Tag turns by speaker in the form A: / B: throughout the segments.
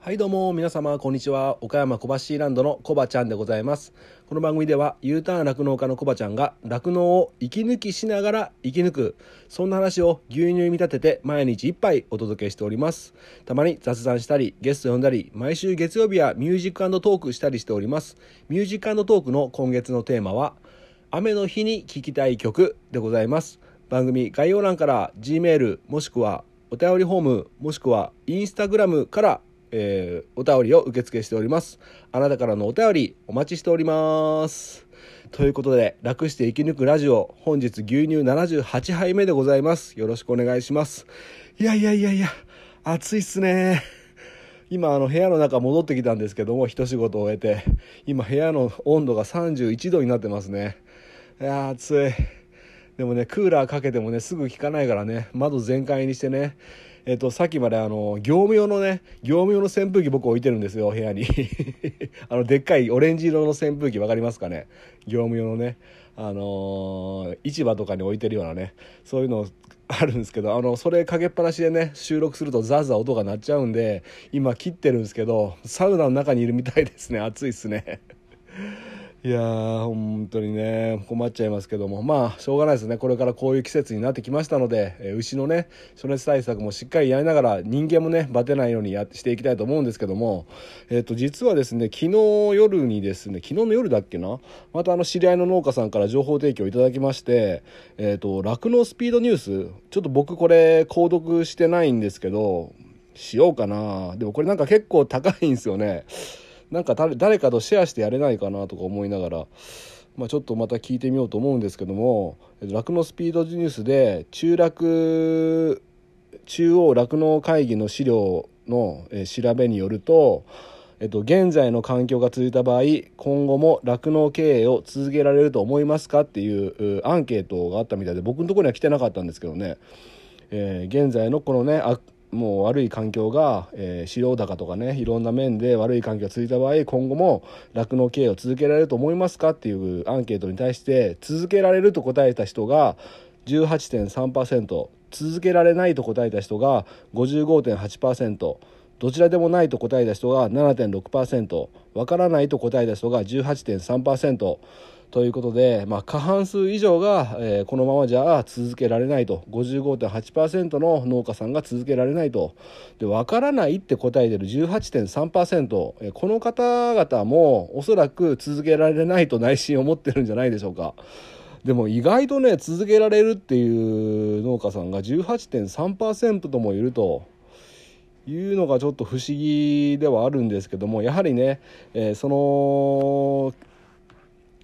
A: はいどうも皆様こんにちは岡山小橋ランドのコバちゃんでございますこの番組では U ターン酪農家のコバちゃんが酪農を息抜きしながら生き抜くそんな話を牛乳に見立てて毎日一杯お届けしておりますたまに雑談したりゲスト呼んだり毎週月曜日はミュージックトークしたりしておりますミュージックトークの今月のテーマは雨の日に聴きたい曲でございます番組概要欄から G メールもしくはお便りフォームもしくはインスタグラムから、えーお便りを受付しておりますあなたからのお便りお待ちしておりますということで楽して生き抜くラジオ本日牛乳78杯目でございますよろしくお願いしますいやいやいやいや暑いっすね今あの部屋の中戻ってきたんですけども一仕事終えて今部屋の温度が31度になってますねいやー暑いでもねクーラーかけてもねすぐ効かないからね窓全開にしてねえっとさっきまであの業務用のね業務用の扇風機僕置いてるんですよ部屋に あのでっかいオレンジ色の扇風機わかりますかね業務用のねあのー市場とかに置いてるようなねそういうのあるんですけどあのそれかけっぱなしでね収録するとザーザー音が鳴っちゃうんで今切ってるんですけどサウナの中にいるみたいですね暑いっすねいやー、本当にね、困っちゃいますけども、まあ、しょうがないですね。これからこういう季節になってきましたので、えー牛のね、暑熱対策もしっかりやりながら、人間もね、バテないようにやってしていきたいと思うんですけども、えっ、と、実はですね、昨日夜にですね、昨日の夜だっけな、またあの、知り合いの農家さんから情報提供いただきまして、えっ、と、酪農スピードニュース、ちょっと僕これ、購読してないんですけど、しようかな。でもこれなんか結構高いんですよね。なんか誰誰かとシェアしてやれないかなとか思いながら、まあ、ちょっとまた聞いてみようと思うんですけどもえっと酪農スピードニュースで中落中央酪農会議の資料のえー調べによると、えっと、現在の環境が続いた場合今後も酪農経営を続けられると思いますかっていううアンケートがあったみたいで僕のところには来てなかったんですけどね。えー現在のこのねあもう悪い環境が、えー、飼料高とかねいろんな面で悪い環境が続いた場合今後も酪農経営を続けられると思いますかっていうアンケートに対して続けられると答えた人が18.3%続けられないと答えた人が55.8%どちらでもないと答えた人が7.6%わからないと答えた人が18.3%ということで、まあ、過半数以上が、えーこのままじゃ続けられないと55.8%の農家さんが続けられないとでわからないって答えてる18.3%、えーこの方々もおそらく続けられないと内心思ってるんじゃないでしょうか。でも意外とね続けられるっていう農家さんが18.3%ともいるというのがちょっと不思議ではあるんですけどもやはりね、えーその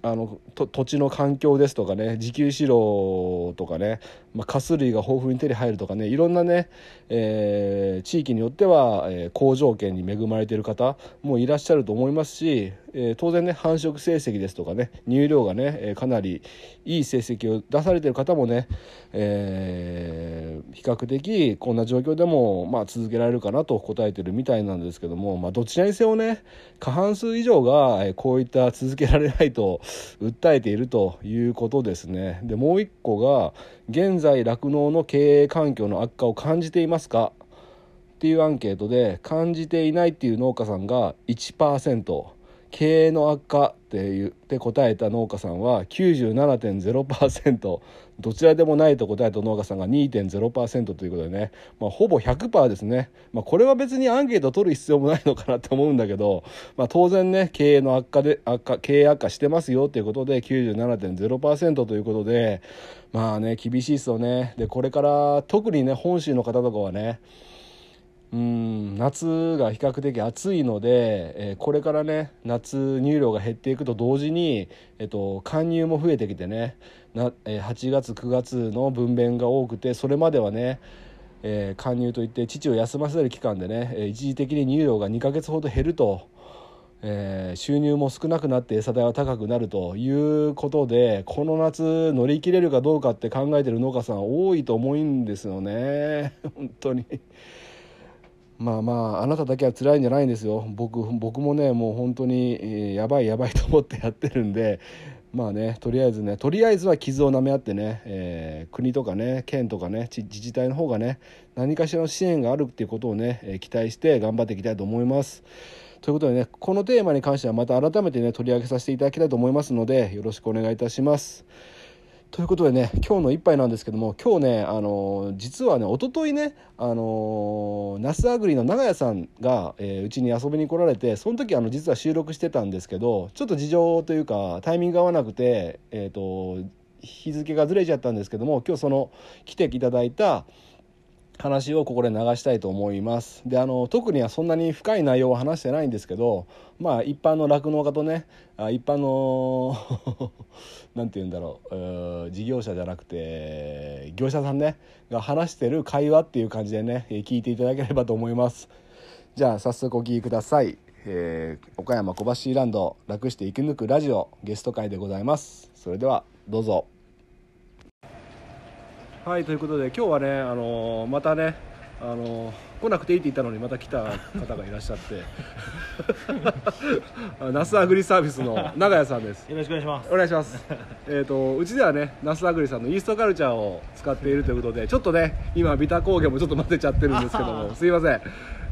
A: あのと土地の環境ですとかね自給飼料とかね、まあ、カス類が豊富に手に入るとかねいろんなね、えー地域によっては、えー好条件に恵まれている方もいらっしゃると思いますし、えー当然ね繁殖成績ですとかね乳量がね、えーかなりいい成績を出されている方もね、えー比較的こんな状況でも、まあ、続けられるかなと答えてるみたいなんですけども、まあ、どちらにせよね過半数以上が、えーこういった続けられないと訴えているということですね。でもう一個が現在酪農の経営環境の悪化を感じていますかっていうアンケートで感じていないっていう農家さんが1%経営の悪化って言って答えた農家さんは97.0%どちらでもないと答えた農家さんが2.0%ということでね、まあ、ほぼ100%ですね、まあ、これは別にアンケートを取る必要もないのかなって思うんだけど、まあ、当然ね経営の悪化で悪化経営悪化してますよということで97.0%ということでまあね厳しいですよねでこれから特にね本州の方とかはねうん夏が比較的暑いので、えーこれからね夏乳量が減っていくと同時に、えっと貫入も増えてきてねな、えー8月9月の分娩が多くてそれまではね、えー貫入といって乳を休ませる期間でね、えー一時的に乳量が2ヶ月ほど減ると。えー収入も少なくなって餌代は高くなるということでこの夏乗り切れるかどうかって考えてる農家さん多いと思うんですよね 本当に。まあまああなただけは辛いんじゃないんですよ僕僕もねもう本当に、えーやばいやばいと思ってやってるんでまあねとりあえずねとりあえずは傷を舐め合ってね、えー国とかね県とかねち自治体の方がね何かしらの支援があるっていうことをね、えー期待して頑張っていきたいと思います。ということでねこのテーマに関してはまた改めてね取り上げさせていただきたいと思いますのでよろしくお願いいたします。ということでね今日の一杯なんですけども今日ねあのー実はね一昨日ねあのーナスアグリの長屋さんがえーうち、に遊びに来られてその時あの実は収録してたんですけどちょっと事情というかタイミングが合わなくてえっ、と日付がずれちゃったんですけども今日その来ていただいた話をここで流したいと思います。であの特にはそんなに深い内容は話してないんですけどまあ一般の酪農家とねあ一般の なんて言うんだろううー事業者じゃなくて業者さんねが話してる会話っていう感じでねえー聞いていただければと思います。じゃあ早速お聞きください。えー岡山小橋ランド楽して生き抜くラジオゲスト会でございます。それではどうぞ。はいということで今日はね、あのーまたね、あのー来なくていいって言ったのにまた来た方がいらっしゃって あナスアグリサービスの長屋さんです
B: よろしくお願いします
A: お願いし ますえっとうちではねナスアグリさんのイーストカルチャーを使っているということでちょっとね今ビタ工業もちょっと混ぜちゃってるんですけど
B: あ
A: も
B: ー
A: すいません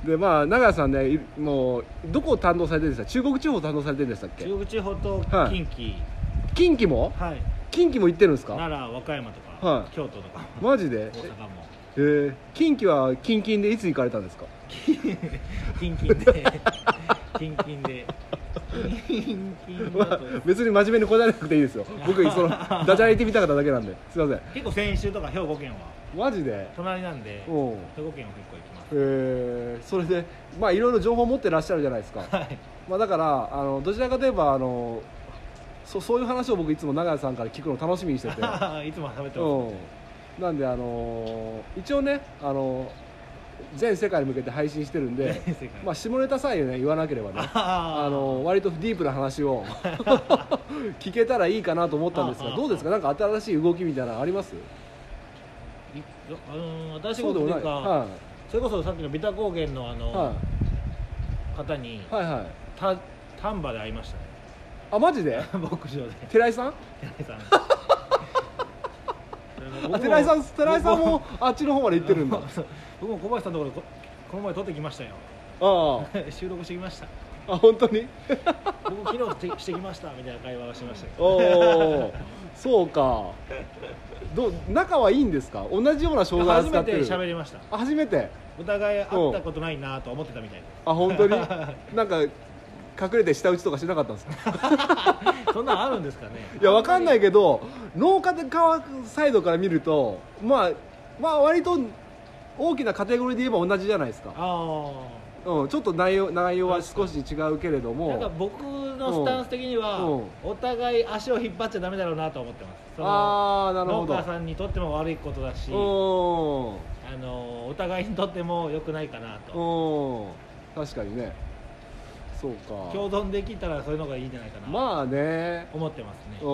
A: でまあ長屋さんねいもうどこを担当されてるんですか中国地方を担当されてるんでしたっけ
B: 中国地方と近畿
A: 近畿も
B: はい、
A: 近畿も行ってるんですか
B: 奈良和歌山とか、
A: はい
B: 京都とか
A: マジで
B: 大阪も
A: えー近畿は近々でいつ行かれたんですか
B: 近 々で近々で近々
A: ま
B: だ
A: あ
B: と、
A: 別に真面目に答えなくていい ですよ僕そのダジャレ言ってみたかっただけなんですいません
B: 結構先週とか兵庫県は
A: マジで
B: 隣なんで
A: うん
B: 兵庫県は結構行きま
A: えーそれでまあいろいろ情報持ってらっしゃるじゃないですか
B: すはい
A: まあだからあのどちらかといえばあのそそういう話を僕いつも永井さんから聞くの楽しみにして て
B: いつも食べてます
A: うんなんであの一応ねあの全世界に向けて配信してるんで
B: 全世界
A: まあ下ネタさえね言わなければね
B: あ
A: あの割とディープな話 を聞けたらいいかなと思ったんです
B: あ
A: が
B: あ
A: どうですかなんか新しい動きみたいなのあります
B: いあの私
A: そう
B: 事
A: で
B: と
A: もない
B: い
A: う
B: か
A: は
B: それこそさっきのビタ高原のあ
A: い
B: の、
A: は
B: 方に
A: いはいはい
B: た丹波で会いましたね
A: あマジ で
B: 牧場で
A: 寺井さん
B: 寺井さん
A: あ寺井さん寺井さん
B: 僕
A: もあっちの方まで行ってるん だ
B: そう僕も小林さんのところでここの前撮ってきましたよ
A: あ
B: 収録してきました
A: ああ本当に
B: 僕昨日してしてきましたみたいな会話をして ましたけ
A: お
B: ど
A: おそうかどう仲はいいんですか同じような障害を
B: 初
A: 扱
B: め
A: って
B: て
A: る
B: 喋りました
A: あ初めて
B: お互い会ったことないなと思ってたみたい
A: あ本 当になんか隠れて舌打ちとかしなかったんですか
B: でそんなんあ るんですかね
A: いやわかんないいけど農家側サイドから見るとまあまあ割と大きなカテゴリーで言えば同じじゃないですか、
B: あ
A: うん、ちょっと内容内容は少し違うけれど
B: あなんか
A: も
B: 僕のスタンス的には
A: うん
B: お互い足を引っ張っちゃダメだろうなと思ってますその
A: ああなるほ
B: 農
A: ど
B: 家さんにとっても悪いことだし
A: う
B: あのお互いにとっても良くないかな
A: んうん
B: と
A: 確かにねそう
B: 共
A: か
B: 存できたらそういうのがいいんじゃないかな、
A: まあね
B: 思ってますね
A: うん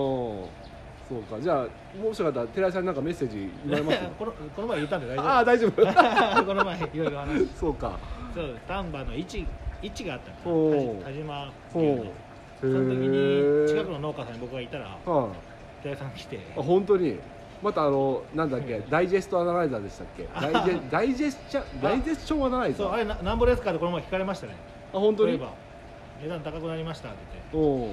A: そうかじゃあもしよかったら寺井さんになんかメッセージ言われ ます
B: このこの前言ったんで大
A: ああ
B: 丈
A: 大丈夫
B: 夫 この前いろいろ話し
A: そうか
B: そう丹波の位置位置があったんです
A: お
B: よ
A: う
B: 田島
A: う
B: 県
A: へ
B: の
A: え
B: その時に近くの農家さんに僕がいたら
A: はい、
B: 寺井さん来て
A: あ本当にまたあのなんだっけダイジェストアナライザーでしたっ けダイジェダイジェスチャダイジェスションアナライザ
B: そう
A: ー
B: あ
A: あ
B: れななんぼですかってこの前聞かれましたね
A: 本当
B: そういえ
A: に
B: ば値段高くなりましたって言っ
A: おお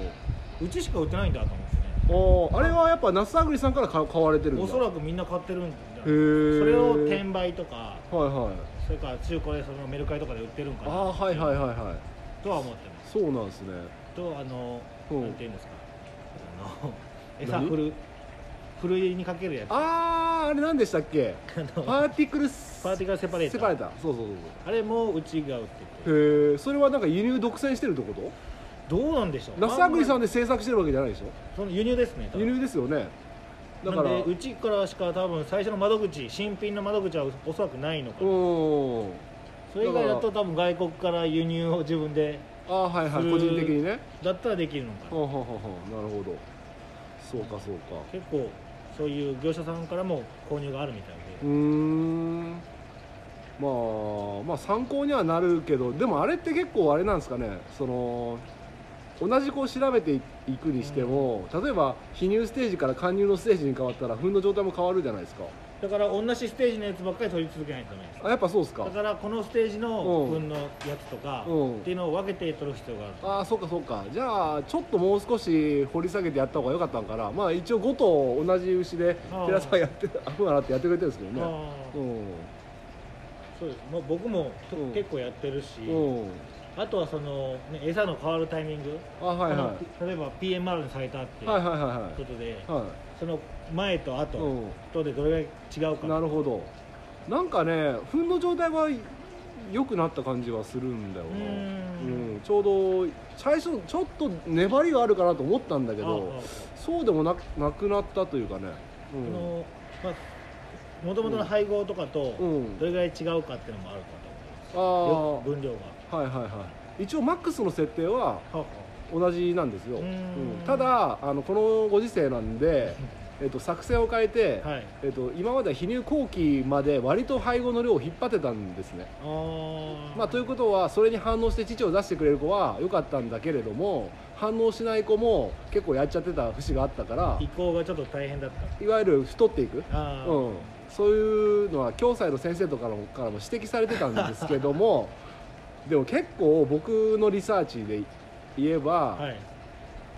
B: てうちしか売ってないんだと思ってね
A: おーあれはやっぱナスアグリさんから買買われてるんだ
B: おそら
A: へ
B: くみんな買ってるんだ
A: え
B: それを転売とか
A: はいはい
B: それから中古でそのメルカリとかで売ってるんか
A: あ
B: な
A: あはいはいはいはい
B: とは思ってます
A: そうなんですね
B: とあの
A: うん
B: なんていうんですかあの餌
A: 何
B: ふるふるいにかけるやつあ
A: あああれ何でしたっ けパ
B: の
A: ーティクルス
B: パーティカルセパレー
A: セ
B: ター
A: パレーターそうそうそう
B: あれもうちが売って
A: そ
B: て
A: うへえそれはなんか輸入独占してるってこと
B: どうなんでしょう
A: ナスアグリさ
B: あ
A: ん
B: んま
A: で制作してるわけじゃないでしょ
B: りその輸入ですね多分
A: 輸入ですよねだから
B: なんでうちからしか多分最初の窓口新品の窓口はおそらくないのか
A: お
B: な
A: お
B: それ以外だと多分外国から輸入を自分で
A: ああはいはい
B: する
A: 個人的にね
B: だったらできるのかな
A: ほうほうほうほうなるほどそうかそうか
B: 結構そういう業者さんからも購入があるみたいうで
A: ーんまあまあ参考にはなるけどでもあれって結構あれなんですかねその同じこう調べていくにしても、例えば非入ステージから貫入のステージに変わったら踏んの状態も変わるじゃないですか
B: だから同じステージのやつばっかり取り続けないとダメです
A: あやっぱそうですか
B: だからこのステージの分のやつとか
A: うん
B: っていうのを分けて取る必要がある
A: ああそうかそうかじゃあちょっともう少し掘り下げてやった方が良かったんかなまあ一応5頭同じ牛で
B: あー
A: 寺さんやって アフなってやってくれてるんですけどね
B: あ
A: う
B: ー
A: ん
B: そうですもう僕もと
A: うん
B: 結構やってるし
A: うん
B: あとはその、ね、餌の変わるタイミング
A: あはいは
B: その例えば PMR にされたって
A: い
B: いう
A: はいはい
B: こ
A: はいは
B: とで、
A: いは
B: その前と
A: い
B: 後
A: う
B: とでどれぐらい違うんか
A: なるほどなんかね糞の状態は良くなった感じはするんだよ
B: う
A: な
B: ーん
A: うんちょうど最初ちょっと粘りがあるかなと思ったんだけ
B: あ
A: ど
B: あ
A: そうでもななくなったというかねう
B: あ
A: ん
B: のまあもともとの配合とかと
A: うん
B: どれぐらい違うかっていうのもあるか
A: ああ
B: と思いますよ分量が
A: はいはいはい一応マックスの設定は同じなんですよ、
B: うーん
A: うんただあのこのご時世なん で、えっと、作戦を変えて、
B: はい
A: えっと、今までは避乳後期まで割と配合の量を引っ張ってたんですね、
B: あー
A: まあ、ということはそれに反応して乳を出してくれる子は良かったんだけれども反応しない子も結構やっちゃってた節があったから
B: 移行がちょっと大変だった
A: いわゆる太っていく
B: あー
A: うん、そういうのは教裁の先生とかのからも指摘されてたんですけど もでも結構僕のリサーチで言えば、
B: はい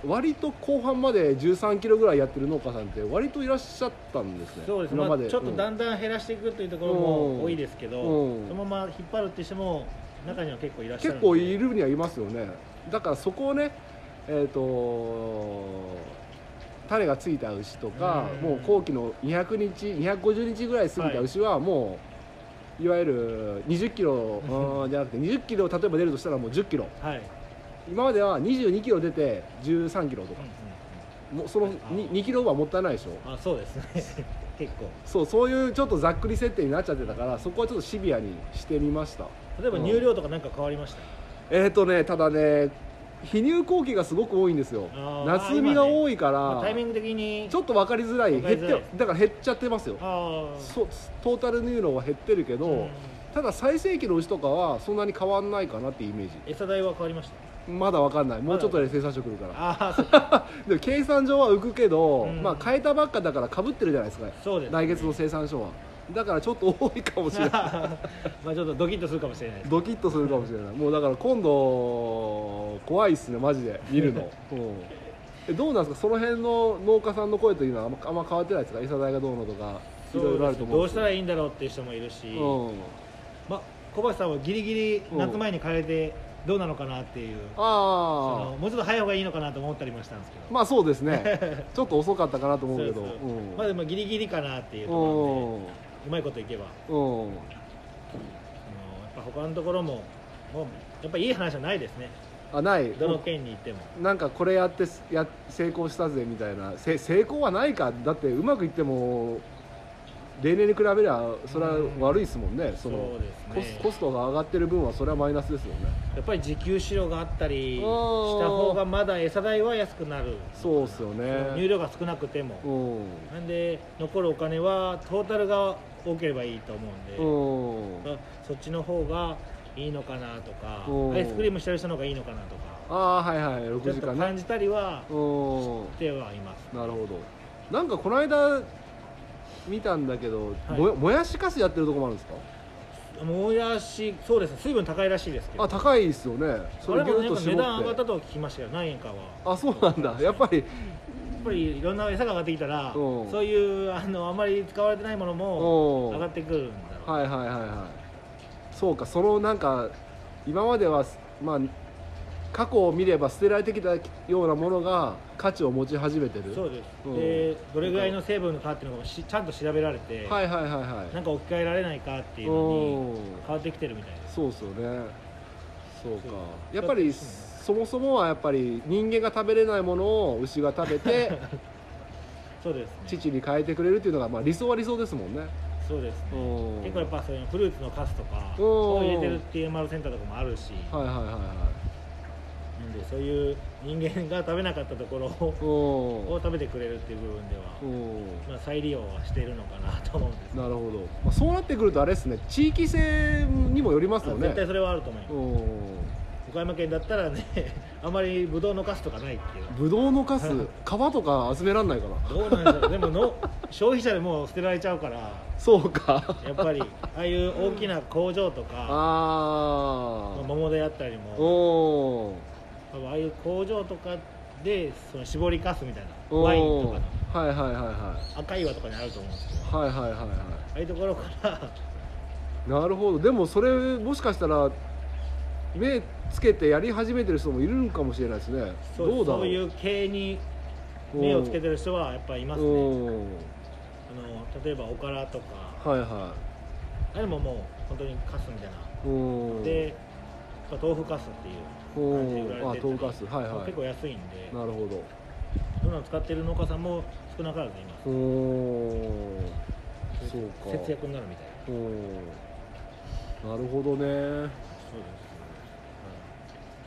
A: 割と後半まで1 3キロぐらいやってる農家さんって割といらっしゃったんですね
B: そうですね、
A: 今
B: ま
A: ま
B: あ、
A: で、
B: ちょっとだ
A: うん
B: んだん減らしていくというところも多いですけど、
A: うん
B: そのまま引っ張るって人も中には結構いらっしゃる
A: 結
B: ので
A: 構いるにはいますよねだからそこをねえっ、と種がついた牛とか、
B: うん
A: もう後期の200日250日ぐらい過ぎた牛はもう、い、わゆる20キ ロ、うん、じゃなくて20キロ例えば出るとしたらもう10キロ
B: はい、
A: 今までは22キロ出て13キロとかもうその 2, 2キロはもったいないでしょ
B: あそうですね 結構
A: そうそういうちょっとざっくり設定になっちゃってたからそこはちょっとシビアにしてみました
B: 例えば乳量とかなんか変わりました、
A: えーとねただね非乳後期がすごく多いんですよ
B: あー
A: 夏海が多いから、
B: まあタイミング的に
A: ちょっと分かりづらい
B: わかりづらい
A: 減ってだから減っちゃってますよ
B: ああ
A: そうトータル乳量は減ってるけど、
B: うん
A: ただ最盛期の牛とかはそんなに変わんないかなってイメー
B: 餌代は変わりました
A: ジまだ分かんないもうちょっとで生産者来るから
B: ああそう
A: でも計算上は浮くけど、
B: うん
A: まあ変えたばっかだからかぶってるじゃないですか
B: そうですね
A: 来月の生産書はだからちょっと多いかもしれない
B: まあちょっとドキッとするかもしれないです
A: ドキッとするかもしれないもうだから今度怖いっすねマジで見る の、うんえどうなんですかその辺の農家さんの声というのはあんまあんま変わってないですか餌代がどうのとかいろいろあると思
B: ど
A: うん
B: う
A: で
B: し
A: す
B: た
A: け
B: らいいんだろうっていう人もいるし、
A: どうん
B: まあ、小橋さんはギリギリ夏前に変えてどうなのかなっていう、そ
A: あ
B: のもうちょっと早い方がいいのかなと思ったりもしたんですけど
A: あまあそうです ねちょっと遅かったかなと思うけど
B: そうそう
A: うん
B: まあでもギリギリかなっていうところでうまいこといけば
A: うんうん
B: あのやっぱ他のところももうやっぱいい話はないですね
A: あない
B: どの県に行っても、
A: なんかこれやってや成功したぜみたいなせ成功はないかだってうまくいっても例年に比べりゃそれは悪いですもんね、その
B: そう
A: コ
B: です
A: ス
B: ね
A: コストが上がってる分はそれはマイナスですよね
B: やっぱり時給飼料があったりし
A: うん
B: た方がまだ餌代は安くなる
A: そうっすよね
B: 入量が少なくても、
A: う
B: なんで残るお金はトータルが多ければいいと思うん
A: んう
B: で、
A: ん
B: まあそっちの方がいいのかなとか
A: うん
B: アイスクリームしてる人の方がいいのかなとか
A: ああはいはい
B: ちょ
A: 6
B: っ
A: 時
B: と
A: 間ね
B: 感じたりは
A: うん
B: してはいます
A: なるほどなんかこの間見たんだけど、
B: はい
A: もやもやしかすやってるとこもあるんですか
B: もやしそうですね水分高いらしいですけど
A: あ高いですよねそ
B: これ
A: れギュ
B: も
A: ッ
B: ね
A: と絞
B: 値段上が
A: っ
B: ってたとは聞きましたよ何円かはや
A: あそうなんだやっぱり
B: っぱりいろんな餌が上がってきたら
A: うん
B: そういうあのあまり使われてないものも
A: うん
B: 上がってくるんだろう
A: はいはいはいはいそうかそのなんか今まではまあ過去を見れば捨てられてきたようなものが価値を持ち始めてる
B: そううです、
A: ん
B: でどれぐらいの成分かっていうのもしちゃんと調べられて、
A: はいはいはいは
B: なんか置き換えられないかって
A: い
B: いうの
A: うん
B: に変わってきてるみたいです
A: そうっすよねそうか
B: そう
A: やっぱり
B: だってね
A: そもそもはやっぱり人間が食べれないものを牛が食べ て
B: そうですね
A: 乳に変えてくれるっていうのがまあ理想は理想ですもんね
B: そうですね
A: うん
B: 結構やっぱそういうフルーツのカスとか
A: うん
B: を入れてる TMR センターとかもあるし
A: はいはいはいは
B: なんでそういう人間が食べなかったところを
A: いうん
B: を食べてくれるっていう部分では、
A: うん
B: まあ、再利用はしているのかなと思うんです
A: なるほど、まあ、そうなってくるとあれですね地域性にもよりますよ
B: あ
A: ね
B: 絶対それはあると思います、
A: うん
B: 岡山県だったらね あまりブドウのかすとかないっていう
A: ぶどうのカス皮
B: はい
A: とか集めらんないかな
B: どうなんでしょうでもの消費者でもう捨てられちゃうから
A: そう か
B: やっぱりああいう大きな工場とか、まあ、
A: あ
B: 桃であったり
A: あ
B: も
A: おー
B: 多分ああいう工場とかでその絞りかすみたいな
A: おー
B: ワインとか
A: は
B: の
A: いはいはいは
B: 赤岩とかにあると思うんですけど
A: いはいはいはいはい
B: ああいうところから
A: なるほどでもそれもしかしたら目つけてやり始めてる人もいるんかもしれないですね
B: そう
A: どうだろう
B: そういう系に目をつけてる人はやっぱいます
A: う
B: ね
A: ん
B: あの例えばおからとか
A: はいは
B: あれももう本当にかすみたいな、
A: いうん
B: でまあ豆腐かすっていう感じで売られ
A: う
B: て
A: んあ豆腐かすはいはい
B: 結構安いんで
A: なるほど
B: そういうのを使ってる農家さんも少なからずいま
A: うん
B: す
A: そうか
B: 節約になるみたいな
A: うんなるほどね
B: そうで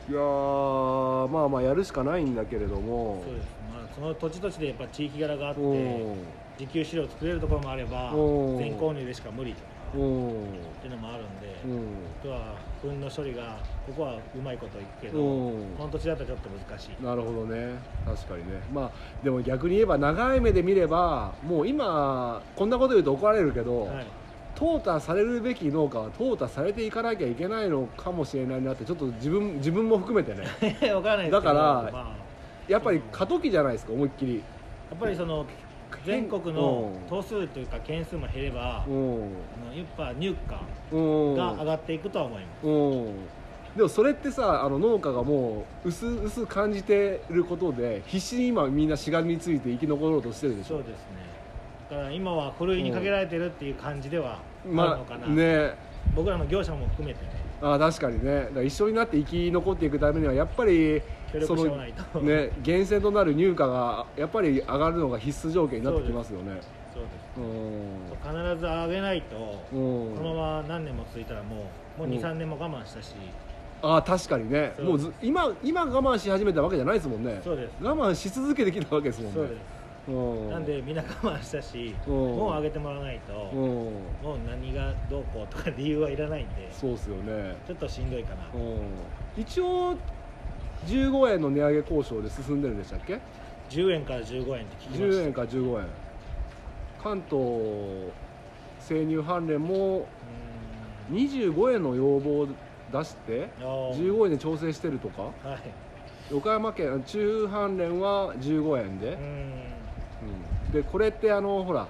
A: いやーまあまあやるしかないんだけれども
B: すそうです、まあ、その土地土地でやっぱ地域柄があって
A: うん
B: 自給資料を作れるところもあれば
A: うん
B: 全購入でしか無理とか
A: うん
B: っていうのもあるんで、
A: うん
B: あとは糞の処理がここはうまいこといくけど、
A: うん
B: この土地だとちょっと難しい、
A: なるほどね確かにねまあでも逆に言えば長い目で見ればもう今こんなこと言うと怒られるけど、
B: はい、
A: 淘汰されるべき農家は淘汰されていかなきゃいけないのかもしれないなってちょっと自分自分も含めてね
B: 分からないですけど
A: だから
B: まあ、
A: やっぱり過渡期じゃないですか思いっきり
B: やっぱりその全国の
A: うん
B: 頭数というか件数も減れば、
A: うん
B: あのやっぱ入荷
A: うん
B: が上がっていくとは思います、
A: うんでもそれってさあの農家がもう薄々感じてることで必死に今みんなしがみついて生き残ろうとしてるでし
B: そ
A: ょ
B: うですねだから今はふるいにかけられてるっていう感じではあるの
A: ま
B: かな、
A: あね
B: 僕らの業者も含めてね
A: あー確かにねだから一緒になって生き残っていくためにはやっぱり
B: 協力
A: その
B: してもらわないと
A: ね源泉となる入荷がやっぱり上がるのが必須条件になってきますよね
B: そうで
A: う
B: す必ず上げないと、
A: ん、うん、
B: このまま何年も続いたらもうもう
A: うん
B: 23年も我慢したし、
A: ああ確かにね
B: そう
A: もうず今今我慢し始めたわけじゃないですもんね
B: そうです
A: 我慢し続けてきたわけですもんね
B: そうです、
A: うん、
B: なんでみんな我慢したし、
A: うん
B: もう上げてもらわないと、
A: うん
B: もう何がどうこうとか理由はいらないんで
A: そうですよね、
B: ちょっとしんどいかな、
A: うん、一応15円の値上げ交渉で進んでるんでしたっけ
B: 10円から15円って聞きました
A: 10円か15円関東生乳関連も25円の要望を出して
B: うーんあー
A: 15円で調整してるとか
B: はい
A: 岡山県中阪連は15円で
B: うー、ん
A: うんでこれってあのほら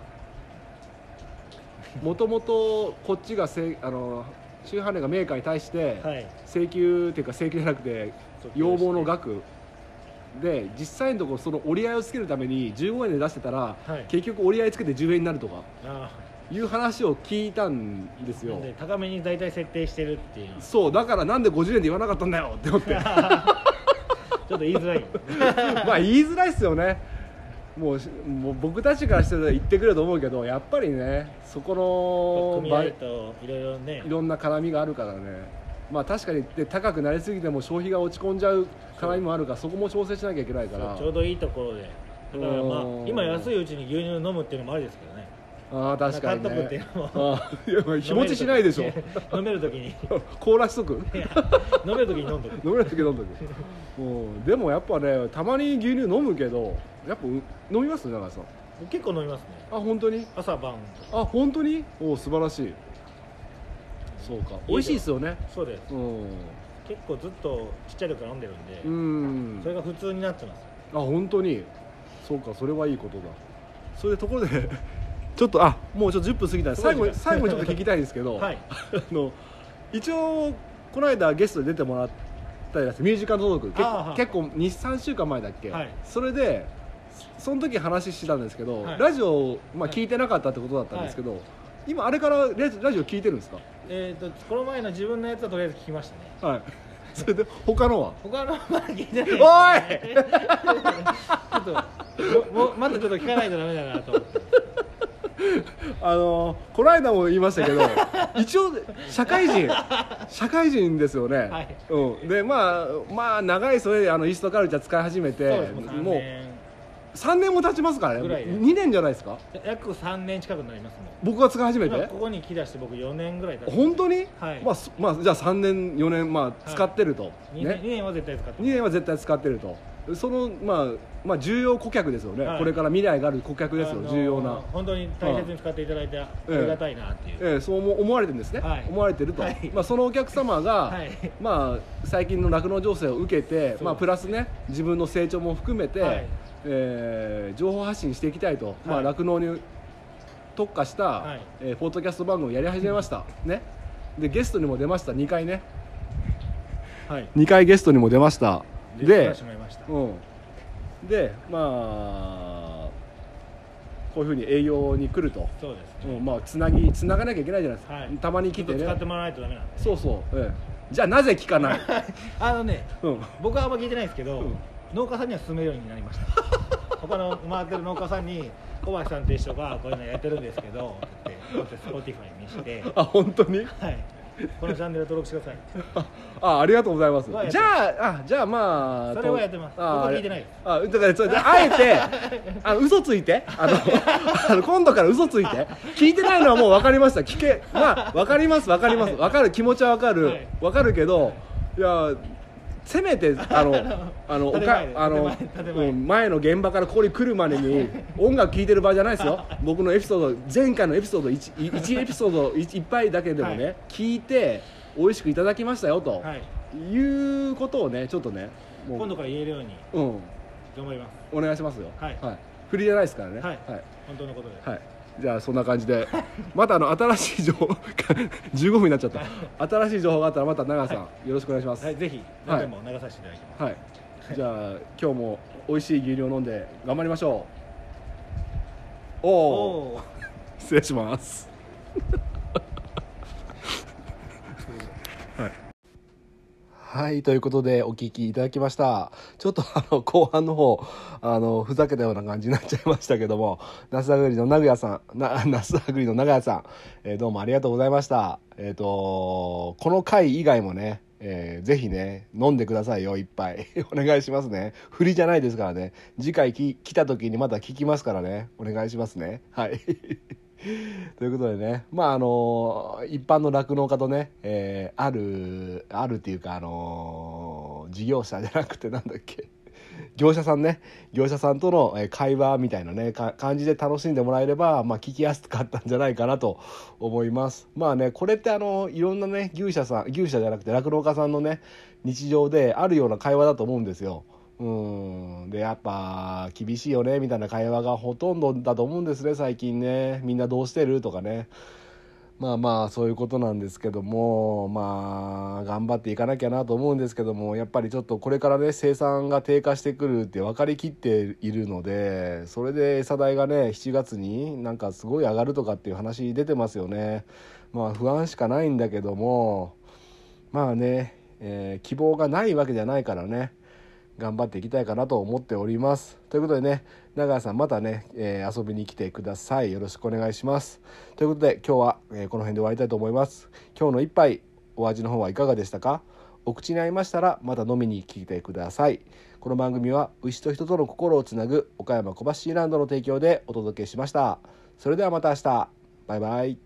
A: もともとこっちがせいあの中阪連がメーカーに対して
B: はい
A: 請求っていうか請求じゃなくて要望の額で実際のところその折り合いをつけるために15円で出してたら、
B: はい
A: 結局折り合いつけて10円になるとか
B: あ
A: いう話を聞いたんです
B: ーな
A: よ
B: んで高めに大体設定してるっていうのち
A: そうだからなんで50円で言わなかったんだよって思って
B: ょっと言い づらい
A: まあ言いづらいですよねもうしもう僕たちからして言ってくれると思うけどやっぱりねそこの
B: 組
A: 場
B: 合
A: い
B: といろいろね
A: ろんな絡みがあるからねまあ確かにで高くなりすぎても消費が落ち込んじゃう絡みもあるからそこも調整しなきゃいけないから
B: ちょうどいいところでだからまあ
A: うん
B: 今安いうちに牛乳飲むっていうのもありですけどね
A: ああ確かに
B: 買っとくってい
A: ね
B: うのも
A: ああいやまあ日持ちしないでしょ
B: 飲める時に
A: 凍らしとく
B: いや 飲める時に飲んどく
A: 飲めないけど飲んどく、うん、でもやっぱねたまに牛乳飲むけどやっぱう飲みます長谷さんあ
B: 結構飲みますね
A: 本当に
B: 朝晩
A: あ本当にお素晴らしいそうか美味しいですよね
B: そうです
A: うん
B: 結構ずっとちっちゃい時から飲んでるんで、
A: うん
B: それが普通になってます
A: あ本当にそうかそれはいいことだそれでところで ちょっとあもうちょっと10分過ぎたんで最後に最後にちょっと聞きたいんですけど、
B: はい
A: あの一応この間ゲストで出てもらったやつミュージカルトーク結
B: あーは
A: 構
B: い
A: 結構23週間前だっけ、
B: はい
A: それでその時話してたんですけど、
B: はい
A: ラジオ、まあ、
B: はい
A: 聞いてなかったってことだったんですけど、今あれからラジラジオ聞いてるんですか
B: えっ、とこの前の自分のやつはとりあえず聞きましたね
A: はいそれで他のは
B: 他のはまだ聞いてない
A: おい
B: ちょっとももまだちょっと聞かないとダメだなと思って
A: あのこの間も言いました けど一応社会人社会人ですよね、
B: はい
A: うん、でまあまあ長いそれであのイーストカルチャー使い始めて
B: そうですもう3
A: もう
B: 年
C: 3年も経ちますからね
B: ぐらいで
C: 2年じゃないですか
B: 約3年近くになりますも
C: 僕が使い始め
B: ん今
C: て
B: ここに来だして僕4年ぐらい経って
C: 本当に、
B: はい
C: まあ、そまあじゃあ3年4年、まあ、
B: はい
C: 使ってると、
B: 2年 ,2 年は絶対使って
C: 2
B: ます
C: 年は絶対使ってるとその、まあ、まあ重要顧客ですよね、
B: はい
C: これから未来がある顧客ですよ、
B: あのー
C: 重要な、
B: 本当に大切に使っていただいてあ
C: ええ
B: りがたいなっていう、
C: ええそう思思われてるんですね、
B: はい
C: 思われてると、
B: はい
C: まあ、そのお客様が、
B: はい
C: まあ、最近の酪農情勢を受けて、まあ、プラスね自分の成長も含めて、
B: はい
C: えー情報発信していきたいとまあ
B: はい
C: 酪農、に特化した、
B: はい
C: えーポッドキャスト番組をやり始めました、ねでゲストにも出ました2回ね
B: はい
C: 2回ゲストにも出ました
B: で来
C: で
B: てしまいました
C: うん、でまあこういうふうに栄養に来ると、
B: そうです
C: うんまあ、つなぎつながなきゃいけないじゃないですか、
B: はい
C: たまに来て
B: ちょっと
C: ね
B: 使ってもらわないとダメなんです
C: そうそう、ええ、じゃあなぜ聞かない、
B: あのね
C: うん、
B: 僕はあんま聞いてないですけど、
C: うん
B: 農家さんには勧めるようになり ました他の回ってる農家さんに小橋さんっていう人がこういうのやってるんですけどって言ってこうやって Spotify にして
C: あ本当に
B: はいこのチャンネル登録してくださいって
C: あありがとうございます
B: はやって
C: じゃああじゃあまあ
B: それはやってます
C: とあ
B: 僕は聞いてないです
C: あだからそう あえてあの 嘘ついてあのあの今度から嘘ついて聞いてないのはもう分かりました聞けまあ分かります分かります分かる気持ちは分かる、
B: はい
C: 分かるけどいやせめてあ のあのお
B: 建
C: か
B: 前です
C: あの
B: 建前建前
C: うん前の現場からここに来るまでに音楽聴いてる場合じゃないですよ僕のエピソード前回のエピソード 1, エピソード 1, 杯だけでもね、
B: はい
C: 聞いて美味しくいただきましたよと、
B: はい
C: い、うことをねちょっとねもう
B: 今度から言えるように
C: うん
B: 頑張ります
C: お願いしますよ
B: はい
C: 振りじゃないですからね
B: はい
C: はい
B: 本当のことで、
C: はいじゃあそんな感じで またあの新しい情報 15分になっちゃった新しい情報があったらまた長谷さん、よろしくお願いします
B: はい、ぜひ何回も流させていただきます、
C: はい、じゃあ今日も美味しい牛乳を飲んで頑張りましょうおお
B: おお
C: 失礼します
A: はい、ということでお聞きいただきました。ちょっとあの、後半の方、あの、ふざけたような感じになっちゃいましたけども、ナスダグリの名古屋さん、な、 ナスダグリの長屋さん、えーどうもありがとうございました。えっ、と、この回以外もね、えーぜひね、飲んでくださいよ、いっぱい。 お願いしますね。振りじゃないですからね。次回き来た時にまた聞きますからね。お願いしますね。はい。 ということでね、まああの一般の酪農家とね、えーあるあるっていうかあの事業者じゃなくてなんだっけ業者さんね業者さんとのえー会話みたいなねか感じで楽しんでもらえれば、まあ、聞きやすかったんじゃないかなと思いますまあねこれってあのいろんなね牛舎さん牛舎じゃなくて酪農家さんのね日常であるような会話だと思うんですようんでやっぱ厳しいよねみたいな会話がほとんどだと思うんですね最近ねみんなどうしてるとかねまあまあそういうことなんですけどもまあ頑張っていかなきゃなと思うんですけどもやっぱりちょっとこれからね生産が低下してくるって分かりきっているのでそれで餌代がね7月になんかすごい上がるとかっていう話出てますよねまあ不安しかないんだけどもまあね、えー希望がないわけじゃないからね頑張っていきたいかなと思っております。ということでね、長谷さんまたね、えー遊びに来てください。よろしくお願いします。ということで今日は、えーこの辺で終わりたいと思います。今日の一杯、お味の方はいかがでしたかお口に合いましたらまた飲みに来てください。この番組は牛と人との心をつなぐ岡山小橋ランドの提供でお届けしました。それではまた明日。バイバイ。